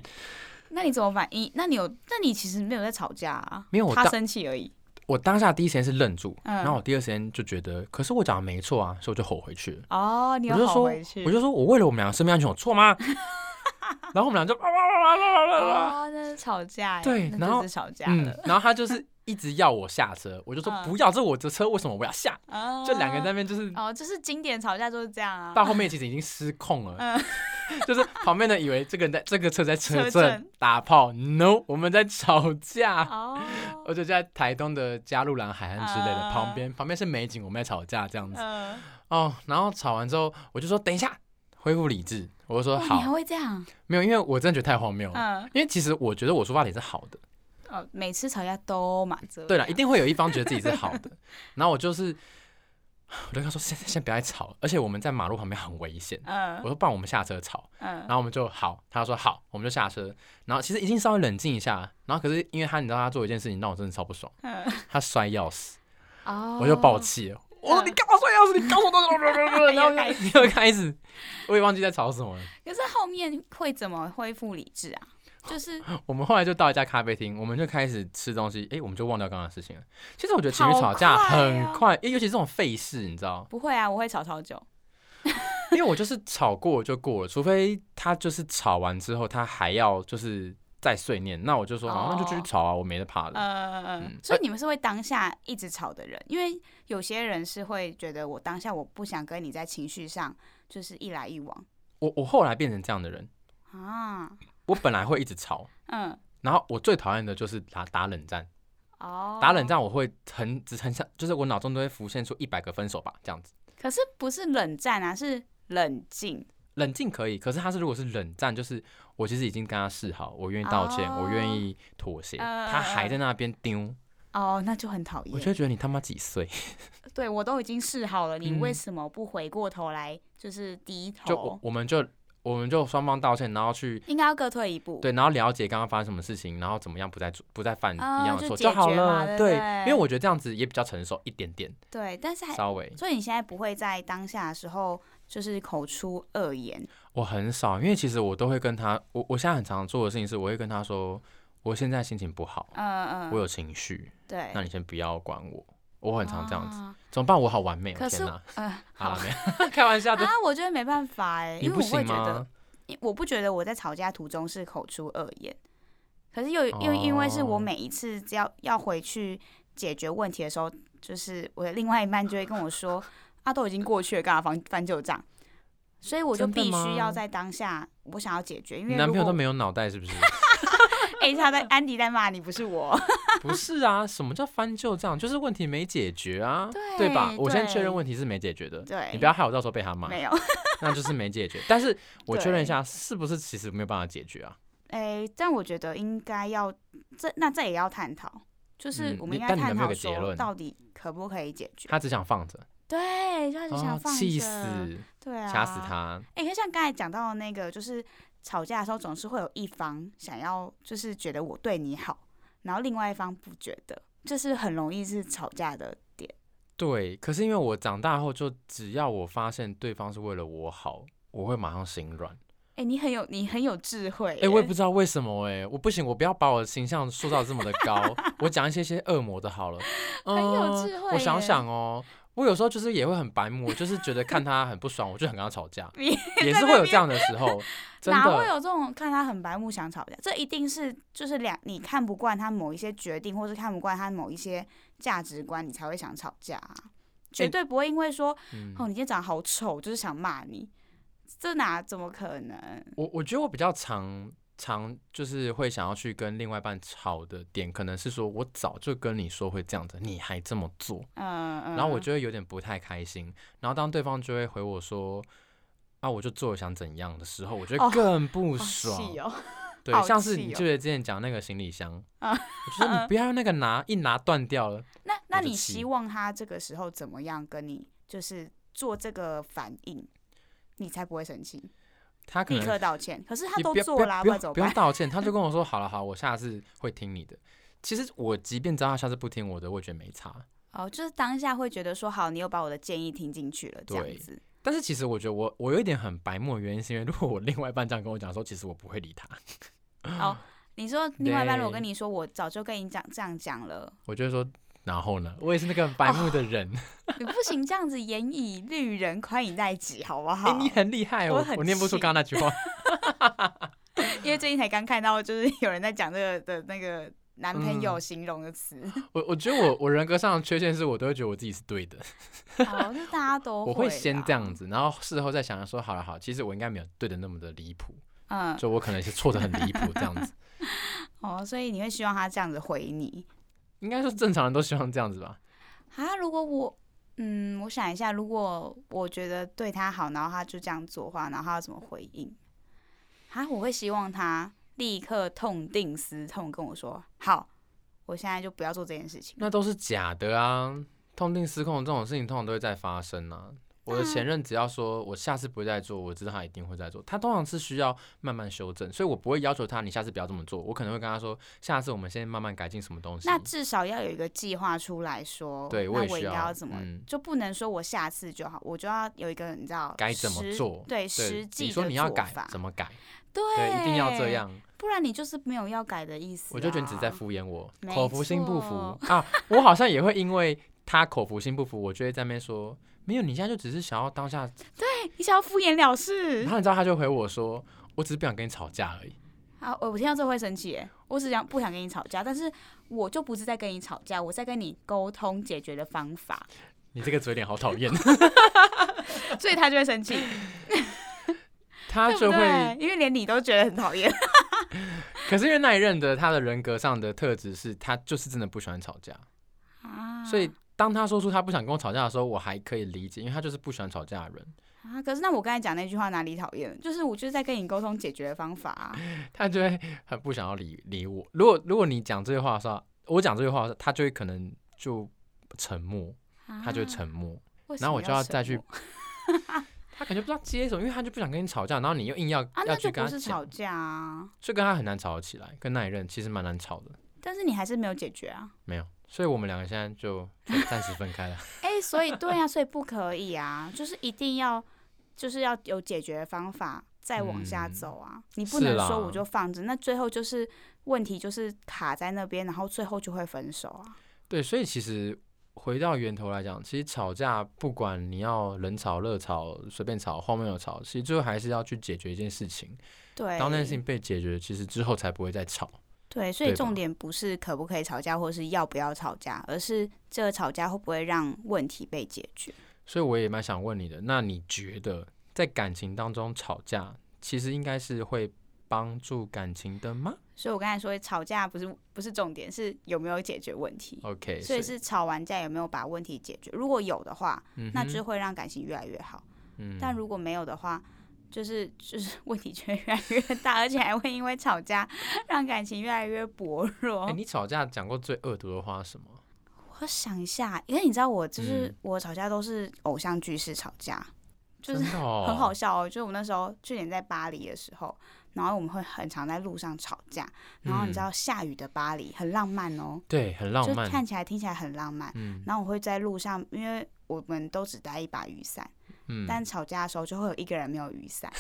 那你怎么反应？那你有？那你其实没有在吵架啊，
没有我
他
当
生气而已。
我当下第一时间是愣住，
嗯
然后我第二时间就觉得，可是我讲的没错啊，所以我就吼回去了。
哦，你
我
有
就
吼
说
回去，，
我就说我为了我们俩的生命安全有 错吗？然后我们俩就哇哇哇哇哇哇哇，
哦，那是吵架耶，
对
那
然后
就是吵架
嗯
了，，
然后他就是一直要我下车，我就说
嗯
不要，这是我的车，为什么我要下？
啊
就两个人在那边就是
哦，就是经典吵架就是这样啊，
到后面其实已经失控了
嗯，
就是旁边的以为这个人在这个车在车
车
震
震
打炮，no，我们在吵架。
哦，
而且在台东的嘉路兰海岸之类的
啊
旁边，旁边是美景，我们在吵架这样子。
嗯，
哦，然后吵完之后，我就说等一下，恢复理智。我就说
哇哦你还
好，
会这样，
没有，因为我真的觉得太荒谬了。
嗯，
因为其实我觉得我出发点是好的，
哦，每次吵架都嘛这样，
对了，一定会有一方觉得自己是好 的。然后我就是，我就跟他说先先不要再吵了，而且我们在马路旁边很危险。我
嗯
说不然我们下车吵，
嗯
然后我们就好，他说好，我们就下车。然后其实已经稍微冷静一下，然后可是因为他你知道他做一件事情让我真的超不爽，
嗯，
他摔钥匙，
哦，
我就爆气了。我说
嗯哎
你干嘛摔钥匙？你告诉我多 少？然后
又开
又又开始，我也忘记在吵什么了。
可是后面会怎么恢复理智啊？
哦
就是
我们后来就到一家咖啡厅，我们就开始吃东西，诶，我们就忘掉刚刚的事情了。其实我觉得情侣吵架
好快
很
哦，
快，因为尤其是这种费事，你知道
不会啊，我会吵超久。
因为我就是吵过就过了，除非他就是吵完之后他还要就是再碎念，那我就说好，那就继续
哦
吵啊，我没得怕了。
呃
嗯，
所以你们是会当下一直吵的人，因为有些人是会觉得我当下我不想跟你在情绪上就是一来一往
我我后来变成这样的人，
啊，
我本来会一直吵，
嗯，
然后我最讨厌的就是打打冷战，
哦，
打冷，战我会很只很像，就是我脑中都会浮现出一百个分手吧这样子。
可是不是冷战啊，是冷静，
冷静可以，可是他是如果是冷战，就是我其实已经跟他示好，我愿意道歉，
哦
我愿意妥协，
嗯
他还在那边丢，
哦，那就很讨
我就
厌。
觉得你他妈几岁？
对我都已经试好了，你
嗯
为什么不回过头来就是低
就我
头？
我们就我们就双方道歉，然后去
应该要各退一步。，
对，然后了解刚刚发生什么事情，然后怎么样不再做不再犯
啊
一样的错
就解
就好
决嘛对
了。
不
对，
对
因为我觉得这样子也比较成熟一点点，
对，但是还，
稍微
所以你现在不会在当下的时候就是口出恶言，
我很少，因为其实我都会跟他，我我现在很常做的事情是，我会跟他说，我现在心情不好，
嗯
我
嗯，
有情绪，
对，
那你先不要管我，我很常这样子。
啊
怎么办？我好完美哦！
可
天
是
哪，，
呃，
好
好
了没有？ 开玩笑的，
啊，我觉得没办法哎、
你
因为
不
我会
行
觉得
吗？，
我不觉得我在吵架途中是口出恶言，可是又又因为是
哦
我每一次只要要回去解决问题的时候，就是我的另外一半就会跟我说，啊，都已经过去了，干嘛翻翻旧账？所以我就
真的
必须要
吗
在当下，我想要解决，因
你
为
男
如
朋友
果
都没有脑袋 是不是？
哎、他在安迪在骂你，不是我，
不是啊，什么叫翻旧账？就是问题没解决啊，
对
吧？我先确认
对
问题是没解决的，
对，
你不要害我到时候被他骂，
没有，
那就是没 解决。但是我确认一
对
下，是不是其实没有办法解决啊？
哎、但我觉得应该要这那这也要探讨，就是
嗯
我们
你
应该
但你
探
们没有
讨
个结
说
论
到底可不可以解决？
他只想放着，
对，就他就想
哦
放
气
着
死，
对啊，
掐死。他。
哎、可像刚才讲到那个，就是吵架的时候总是会有一方想要，就是觉得我对你好，然后另外一方不觉得，这是很容易是吵架的点。
对，可是因为我长大后，就只要我发现对方是为了我好，我会马上心软。
哎、你很有你很有智慧耶。
哎、我也不知道为什么哎、我不行，我不要把我的形象塑造这么的高，我讲一些些恶魔的好了。 嗯、
很有智慧
我想
耶
想哦，我有时候就是也会很白目，我就是觉得看他很不爽，我就想跟他吵架，
你
也是会有这样的时候，真
哪会
的。
有这种看他很白目想吵架？这一定是就是两你看不惯他某一些决定，或是看不惯他某一些价值观，你才会想吵架、啊。绝对不会因为说、
嗯
哦，你今天长得好丑，就是想骂你，这哪怎么可能？
我我觉得我比较常常就是会想要去跟另外一半吵的点，可能是说我早就跟你说会这样子，你还这么做，
嗯嗯。
然后我就会有点不太开心。然后当对方就会回我说啊，我就做想怎样的时候，我觉
哦
得更不
好
爽。
气哦，
对，
好
像是
气
你
哦
记得之前讲那个行 李箱，
啊
我觉得你不要那个拿一拿断掉了。
那那
我就
你
气
希望他这个时候怎么样跟你，就是做这个反应，你才不会生气，
他可
立
能
刻道歉。可是他
也
都
不要不
做
要
啦，
不
不然
用
怎么
不用
办？
道歉，他就跟我说好了好，我下次会听你的。其实我即便知道他下次不听我的，我也觉得没差。
哦，就是当下会觉得说好，你又把我的建议听进去了，这样
对
子。
但是其实我觉得我我有一点很白目的原因，是因为如果我另外一半这样跟我讲说，其实我不会理他，
哦，你说另外一半如果
对
跟你说，我早就跟你讲这样讲了，
我就会说然后呢，我也是那个很白目的人。
你不行，这样子严以律人，宽以待己，好不
哎、
好？
你很厉害，
我
我
很
念不出
气
刚刚那 句话。
因为最近才刚看到，就是有人在讲这个的那个男朋
嗯
友形容的词，
我我觉得我我人格上的缺陷是我都会觉得我自己是对的，
好，就哦大家都
我
会
会先
啦
这样，子，然后事后再想想说，好了好，其实我应该没有对的那么的离谱，
嗯，
就我可能是错的很离谱这样 子。
哦，所以你会希望他这样子回你
应该说正常人都希望这样子吧。
啊？如果我，嗯，我想一下，如果我觉得对他好，然后他就这样做的话，然后他要怎么回应？啊，我会希望他立刻痛定思痛，跟我说好，我现在就不要做这件事情。
那都是假的啊！痛定思痛这种事情通常都会再发生啊。我的前任只要说我下次不会再做，我知道他一定会再做。他通常是需要慢慢修正，所以我不会要求他你下次不要这么做。我可能会跟他说，下次我们先慢慢改进什么东西。
那至少要有一个计划出来说，
对
那
我
我
也需
应该
要
要怎么，
嗯
就不能说我下次就好，我就要有一个你知道
该怎么
实
做
对
对
实，际
你说
的
你要
做
改
法
怎么改，
对
对，一定要这，样。
不然你就是没有要改的意思、啊。
我就觉得你只是在敷衍我，
没
口服心不服
错
啊！我好像也会因为他口服心不服，我就会在那边说没有，你现在就只是想要当下。
你想要敷衍了事
然。后你知道他就回我说，我只是不想跟你吵架而已。
好，我我听到这会生气耶，我只想不想跟你吵架，但是我就不是在跟你吵架，我在跟你沟通解决的方 法，
你这个嘴脸好讨 厌，
所以他就会生气，
他
对
就
不
会。
对？因为连你都觉得很讨厌，
可是因为那一任的他的人格上的特质是他就是真的不喜欢吵架，
啊
所以当他说出他不想跟我吵架的时候，我还可以理解，因为他就是不喜欢吵架的人，
啊，可是那我刚才讲那句话哪里讨厌？就是我就是在跟你沟通解决的方法、啊，
他就会很不想要理理我。如果如果你讲这句话的时候，我讲这句话的时候，他就会可能就沉默，他就会沉默。
啊为什
然后
么
我就要
沉
再去
默
他感觉不知道接什么，因为他就不想跟你吵架，然后你又硬要、
啊，
要
那
去
就
跟
不
他
是吵
吵，
架啊，
所以跟他很难吵得起来，跟那一任其实蛮难吵的，
但是你还是没有解决啊，
没有，所以我们两个现在就就暂时分开了。
哎、所以对啊，所以不可以啊，就是一定要，就是要有解决方法，再往下
嗯
走啊。你不
是
能
啦
说我就放着，那最后就是问题就是卡在那边，然后最后就会分手啊。
对，所以其实回到源头来讲，其实吵架不管你要冷吵、热吵、随便吵、荒谬吵，其实最后还是要去解决一件事情。
对，
当那件事情被解决，其实之后才不会再吵。
对，所以
对吧
重点不是可不可以吵架，或是要不要吵架，而是这个吵架会不会让问题被解决。
所以我也蛮想问你的，那你觉得在感情当中吵架，其实应该是会帮助感情的吗
所以我刚才说吵架不是不是重点，是有没有解决问题。
？OK，
所以是吵完架有没有把问题解决？如果有的话，
嗯哼，
那就会让感情越来越好。
嗯
但如果没有的话，就是就是问题就会越来越大，而且还会因为吵架让感情越来越薄弱。
哎，你吵架讲过最恶毒的话是什么？
我想一下，因为你知道我就是、
嗯
我吵架都是偶像剧式吵架，就是
真的哦
很好笑哦。就是我那时候去年在巴黎的时候，然后我们会很常在路上吵架，然后你知道下雨的巴黎很浪漫哦，
对，很嗯浪
就
漫，
看起来听起来很浪漫。
嗯
然后我会在路上，因为我们都只带一把雨伞。
嗯，
但吵架的时候就会有一个人没有雨伞，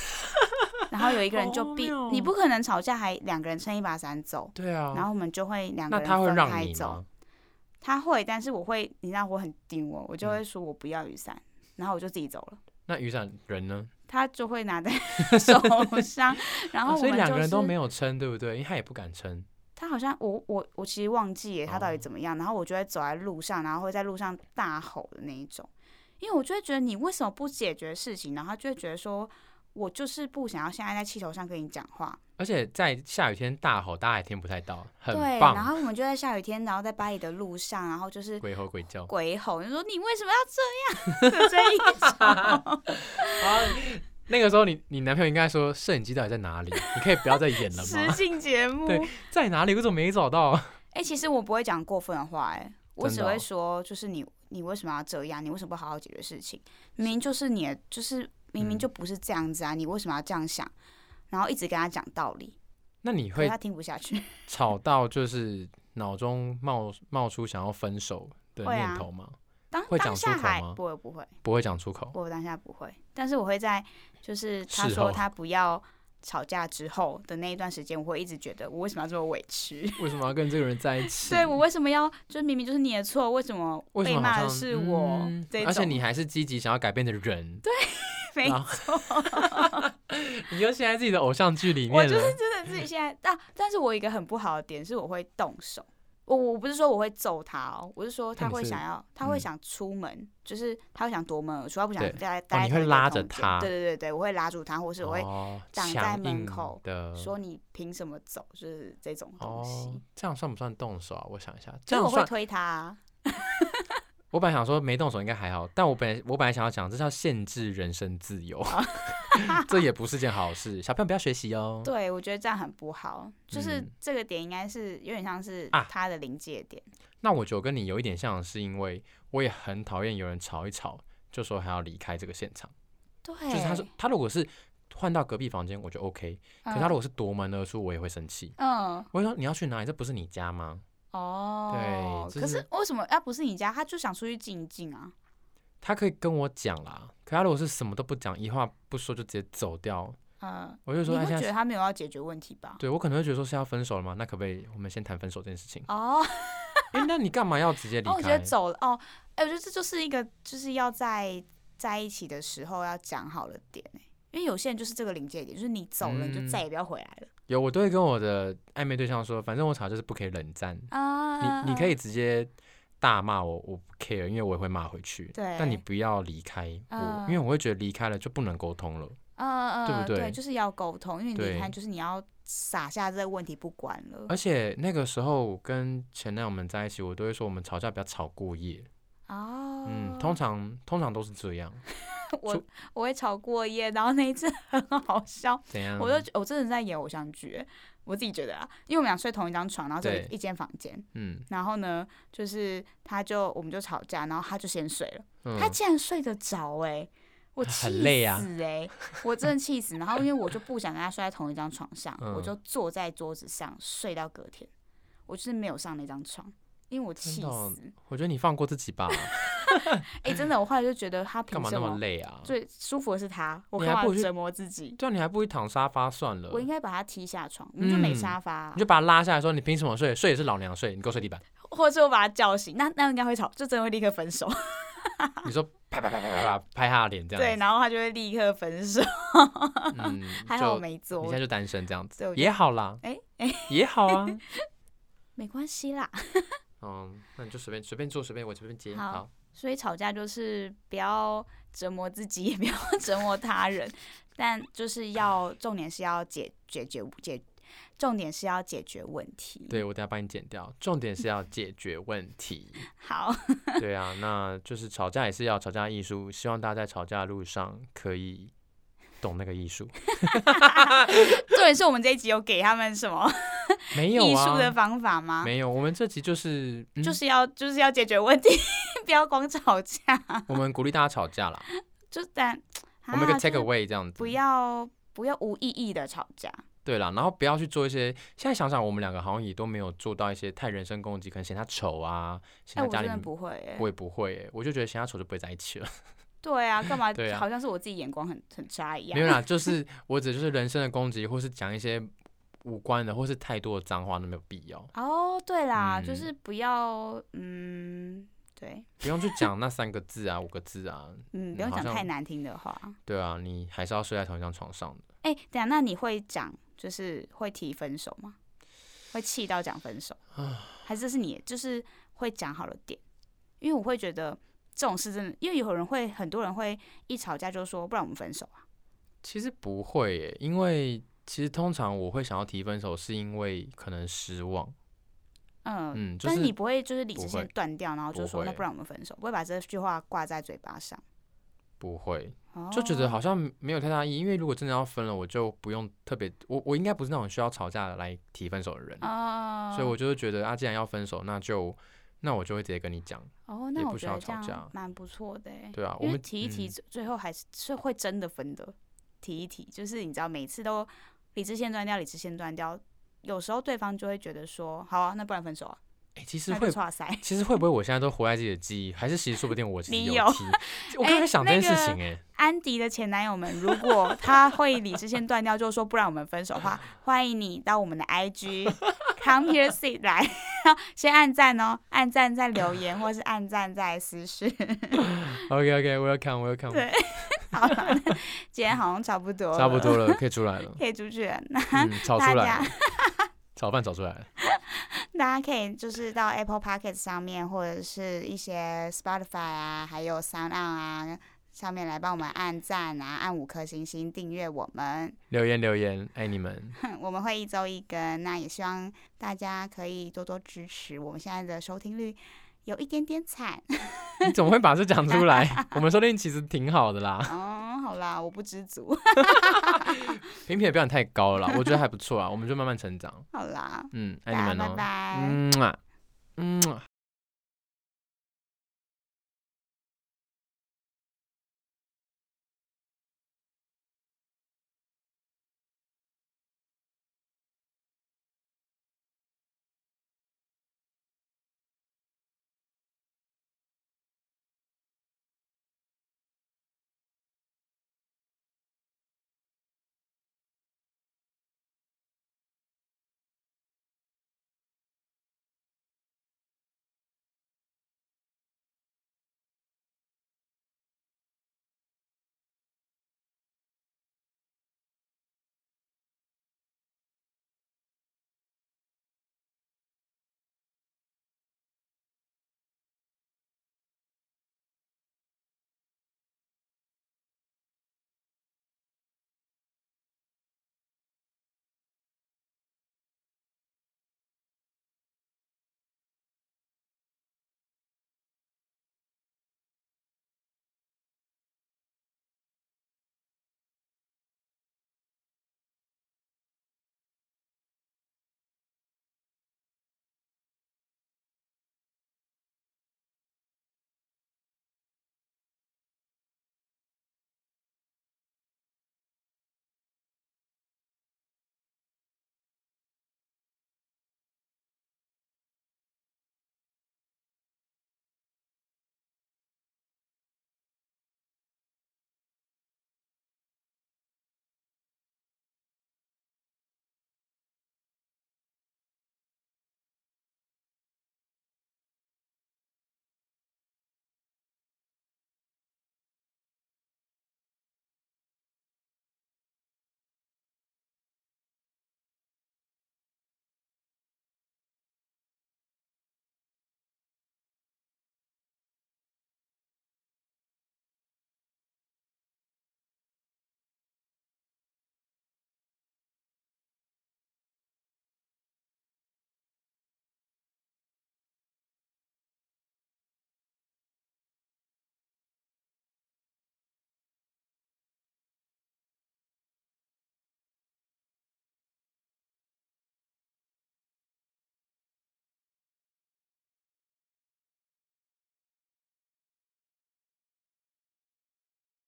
然后有一个人
好
就
荒
必
谬哦
你不可能吵架还两个人撑一把伞走，
对啊，
然后我们就会两个
那
人
他会
分
让
开
你
走。
吗？
他会，但是我会，你知道我很丢哦，我就
嗯
会说我不要雨伞，然后我就自己走了。
那雨伞人呢？
他就会 拿在 手上，然后
啊
我
所以
们
两
就
个人都没
是
有撑，对不对？因为他也不敢撑。
他好像我我我其实忘记耶他到底
哦
怎么样，然后我就会走在路上，然后会在路上大吼的那一种，因为我就会觉得你为什么不解决事情，然后他就会觉得说我就是不想要现在在气头上跟你讲话。
而且在下雨天大吼，大家也听不太到，很
对，然
棒，
后我们就在下雨天，然后在巴黎的路上，然后就是
鬼吼鬼叫。
鬼吼，就说你为什么要这样？ 这 一种，
那个时候你你男朋友应该说摄影机到底在哪里？你可以不要再演了
实
吗？
境节目。
对在哪里？我怎么没找到？
哎、其实我不会讲过分的话、哎，我
真
只
的哦
会说，就是你，你为什么要这样？你为什么不好好解决事情？明明就是你的，就是明明
嗯
就不是这样子啊！你为什么要这样想？然后一直跟他讲道理，
那你
可是
会
他听不下去。
吵到就是脑中冒冒出想要分手的
会啊
念头吗？
当
会
当
讲出
下
口
还
吗
不会不会，
不会讲出口。
我当下不会，但是我会在就是他
事
说
后
他不要吵架之后的那一段时间，我会一直觉得我为什么要这么委屈？
为什么要跟这个人在一起？
对我为什么要？就是明明就是你的错，为什么
嗯为什
被
么好
骂的
像
是我？
嗯
这
而且
种
你还是积极想要改变的人，对，
没
你就陷在自己的偶像剧里
我
面
就
了。
是真的自己现在，但、但是我有一个很不好的点是，我会动手。我我不是说我会揍他哦，我是说他
那你
会
是
想要，他会
嗯
想出门，就是他会想夺门而出，他不想
对哦
待待在同一
你
个空
会
间、
拉着他
对对对对，我会拉住他，或是我会
哦
挡在
强
门
硬
口
的
说你凭什么走，就是这种东西。
哦，这样算不算动手啊？我想一下，这
所以我
样
会
算。
推他、啊，
我本来想说没动手应该还好，但我本来我本来想要讲这叫限制人身自由，
啊
这也不是件好事。小朋友不要学习哦。
对我觉得这样很不好，就是
嗯
这个点应该是有点像是
啊
他的临界点。
那我觉得我跟你有一点像，是因为我也很讨厌有人吵一吵就说还要离开这个现场。
对，
就是他说他如果是换到隔壁房间，我就 OK。可
嗯，
是他如果是夺门而出，我也会生气。
嗯
我会说你要去哪里？这不是你家吗？
哦，
对就
可
是
是为什么啊？不是你家，他就想出去静一静啊。
他可以跟我讲啦。可他如果是什么都不讲，一话不说就直接走掉，
嗯，
我就
你
说啊
会
他现
觉
在
得
是
他没有要解决问题吧？？
对我可能会觉得说是要分手了吗？那可不可以我们先谈分手这件事情
哦，
哎、那你干嘛要直接离
哦，我觉
开？
得走了哦，哎、我觉得这就是一个就是要在在一起的时候要讲好的点、欸、因为有些人就是这个临界点，就是你走了你就
嗯
再也不要回来了
有，我都会跟我的暧昧对象说，反正我吵就是不可以冷战，
啊
你你可以直接大骂我，我不 care，因为我也会骂回去。
对
但你不要离开我，
嗯
因为我会觉得离开了就不能沟通了。
嗯嗯，
对不对
对，就是要沟通，因为
对哎
你看，就是你要撒下这个问题不管了
而且那个时候跟前男友们在一起，我都会说我们吵架不要吵过夜。
哦。
嗯，通常通常都是 这样。
我
出
我会吵过夜，然后那一次很好笑，
怎样？
我都觉我真的在演偶像剧欸，我自己觉得啊，因为我们俩睡同一张床，然后只有
对
一一间房间，
嗯
然后呢，就是他就我们就吵架，然后他就先睡了，
嗯，
他竟然睡得着哎、我气
很累啊
死哎、我真的气死。然后因为我就不想跟他睡在同一张床上，
嗯
我就坐在桌子上睡到隔天，我就是没有上那张床，因为我气
真的哦
死。
我觉得你放过自己 吧，
哎、真的，我后来就觉得他
干
凭
嘛
什
那么
么？
累啊？
最舒服的是他，我
你
干
还
嘛
不如去
折磨自己？
对啊，你还不如躺沙发算了。
我应该把他踢下床，我们就没沙发啊、
嗯你就把他拉下来说，你凭什么睡？睡也是老娘睡，你给我睡地板。
或者是我把他叫醒，那那应该会吵，就真的会立刻分手。
你说啪啪啪啪啪啪拍他的脸这
对，
样子。
然后他就会立刻分手。
嗯，
还好我
就
没做，
你现在就单身这样子
对我就
也好啦，
哎
也好 啊。
没关系啦。
嗯，那你就随便随便做，随便我随便接。
好
好，
所以吵架就是不要折磨自己，也 不要折磨他人，但就是要重点是要解解决解，重点是要解决问题。，
对我等下帮你剪掉。重点是要解决问题。
好，
对啊，那就是吵架也是要吵架艺术，希望大家在吵架的路上可以懂那个艺术。
重点是我们这一集有给他们什么
没有
艺术的
啊，
方法吗？
没有，我们这集就是、 嗯、
就是要就是要解决问题， 不要光吵架。
我们鼓励大家吵架啦，
就但
我们有
啊
个 take 嗯
就是
away 这样子。
不要不要无意义的吵架。
对啦，然后不要去做一些。现在想想，我们两个好像也都没有做到一些太人身攻击，可能嫌他丑啊，
哎、
嫌他
我
家
真
里
的
面。
不会、欸
我。也不会欸、我就觉得嫌他丑就不会在一起了。
对啊，干嘛？
对啊
好像是我自己眼光很很差一样。
没有啦，就是我指就是人身的攻击，或是讲一些无关的，或是太多的脏话都没有必要，
哦，对啦，
嗯
就是不要，嗯，对，
不用去讲那三个字啊、五个字啊。
嗯，
嗯
不用
好
讲
像
太难听的话。
对啊，你还是要睡在同一张床上的。
哎、等一下，那你会讲，就是会提分手吗？会气到讲分手，
啊
还是这是你就是会讲好了点？因为我会觉得这种事真的，因为有人会，很多人会一吵架就说，不然我们分手啊。
其实不会耶，因为其实通常我会想要提分手，是因为可能失望。
嗯，
嗯，就
但是你
是
不会就是理
不
智
会
线断掉，然后就
不
说那
会
不然我们分手，不会把这句话挂在嘴巴上，
不会，就觉得
哦
好像没有太大意义。因为如果真的要分了，我就不用特别，我我应该不是那种需要吵架来提分手的人，
啊，
所以我就会觉得啊，既然要分手，那就那我就会直接跟你讲，
哦，
也
那
不
我
需
觉
要
得这
吵架
样蛮不错的欸，
对啊，我
因为
们
提一提，
嗯
最后还是是会真的分的，提一提，就是你知道每次都理智线断掉，理智线断掉，有时候对方就会觉得说，好啊，那不然分手啊，
哎、其实
那
会
就错塞。
其实会不会我现在都活在自己的记忆，还是其实说不定我其实
你
有
有
踢 我刚才想这件事情、哎、
安迪的前男友们，如果他会理智线断掉，就说不然我们分手的话，欢迎你到我们的 IG come here sit 来， 先按赞哦，按赞再留言，或是按赞再私讯。
OK OK welcome welcome，
对好了，那今天好像差不多，
差不多，了，可以出来
，
了
可以出去了。那
嗯，炒
大
出来
家
了，炒饭炒出来了，
大家可以就是到 Apple p o c k e t 上面，或者是一些 Spotify 啊，还有 Sound On 啊。上面来帮我们按赞啊，按五颗星星订阅我们。
留言留言，爱你们，
我们会一周一更，那也希望大家可以多多支持。我们现在的收听率有一点点惨，
你怎么会把这讲出来？ 我们收听其实挺好的啦，
嗯，好啦，我不知足，
评评也不要太高了啦，我觉得还不错啊，我们就慢慢成长，
好啦，
嗯，爱
大
你
家拜
们哦，
拜。
嗯啊，嗯啊。